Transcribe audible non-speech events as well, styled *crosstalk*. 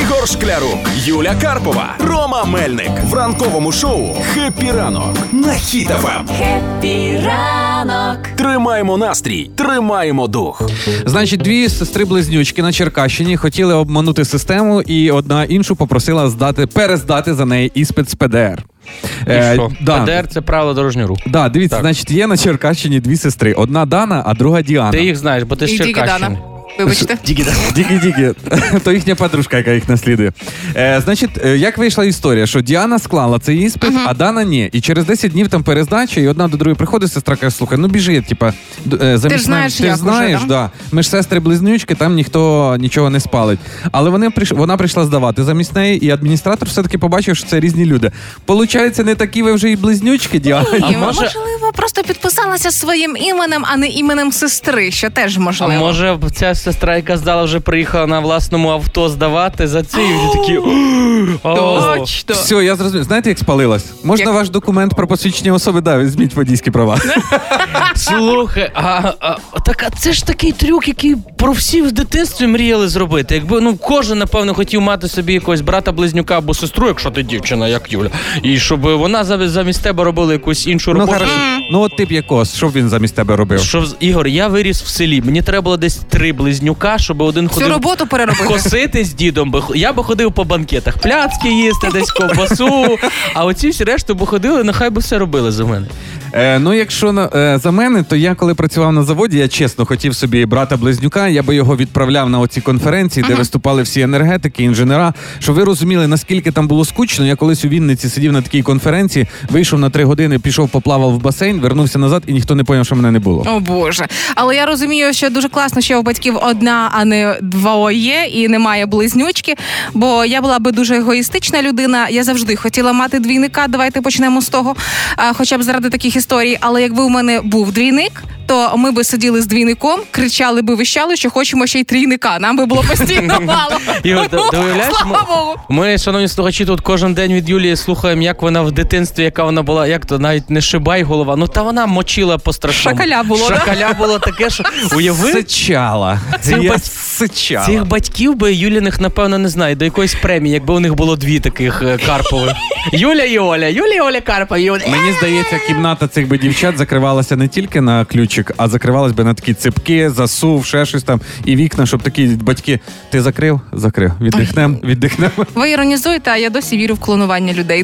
Ігор Шклярук, Юля Карпова, Рома Мельник в ранковому шоу «Хеппі ранок» на Хіт-ФМ. Хеппі ранок. Тримаємо настрій, тримаємо дух. Значить, дві сестри-близнючки на Черкащині хотіли обманути систему, і одна іншу попросила здати перездати за неї іспит з ПДР. І що? Е, да. ПДР це правила дорожнього руху. Да, дивіться, значить, є на Черкащині дві сестри: одна Дана, а друга Діана. Ти їх знаєш, бо ти з І тільки Черкащини. Дана. Вибачте. Дікі-дікі. *laughs* То їхня подружка, яка їх наслідує. Е, значить, е, як вийшла історія, що Діана склала цей іспит, а Дана ні. І через 10 днів там перездача, і одна до другої приходить, сестра каже, слухай, ну біжи, типа, д- е, замість мене- знаєш, ти як ж знаєш, уже, да? да. Ми ж сестри-близнючки, там ніхто нічого не спалить. Але вони прийш... вона прийшла здавати замість неї, і адміністратор все-таки побачив, що це різні люди. Получається, не такі ви вже і близнючки, Діана. Ні, може- Можливо, просто підписалася своїм іменем, а не іменем сестри, що теж А можливо. може б ця сестра, яка здала, вже приїхала на власному авто здавати за це, і вони такі. «О, Точно. Все, я зрозумів. Знаєте, як спалилась? Можна Як? ваш документ про посвідчення особи? Да, візьміть водійські права. Слухай, а, а так а це ж такий трюк, який про всі в дитинстві мріяли зробити. Якби ну кожен, напевно, хотів мати собі якогось брата, близнюка або сестру, якщо ти дівчина, як Юля, і щоб вона замість, замість тебе робила якусь іншу Ну, роботу. хорошо. Ну, от тип якось, що б він замість тебе робив? Що вз- Ігор, я виріс в селі. Мені треба було десь три близнюка, щоб один Цю ходив роботу переробити. косити з дідом. би х- Я би ходив по банкетах пляцки їсти, десь ковбасу. А оці всі решту би ходили, нехай би все робили за мене. Е, ну, якщо на, е, за мене, то я коли працював на заводі, я чесно хотів собі брата близнюка. Я би його відправляв на оці конференції, де виступали всі енергетики, інженера. Що ви розуміли, наскільки там було скучно. Я колись у Вінниці сидів на такій конференції, вийшов на три години, пішов, поплавав в басейн, вернувся назад, і ніхто не поняв, що мене не було. О боже, але я розумію, що дуже класно, що у батьків одна, а не двоє, і немає близнючки. Бо я була би дуже егоїстична людина. Я завжди хотіла мати двійника. Давайте почнемо з того, а, хоча б заради таких історій. Але якби у мене був двійник, то ми би сиділи з двійником, кричали би, вищали, що хочемо ще й трійника. Нам би було *laughs* постійно мало. Ігор, ти- ти уявляєш, слава ми- Богу. Ми, шановні слухачі, тут кожен день від Юлії слухаємо, як вона в дитинстві, яка вона була, як то навіть не шибай голова. Ну та вона мочила по страшному. Шакаля було, да? Шакаля було таке, що уяви. Сичала. Цих Я бать- сичала. Цих батьків би Юліних, напевно, не знаю. До якоїсь премії, якби у них було дві таких е, карпових. Юля і Оля, Юля і Оля Карпа, Юля. Мені здається, кімната цих би дівчат закривалася не тільки на ключик, а закривалась би на такі ципки, засув, ще щось там, і вікна, щоб такі батьки. Ти закрив? Закрив. Віддихнем, віддихнем. Ви іронізуєте, а я досі вірю в клонування людей.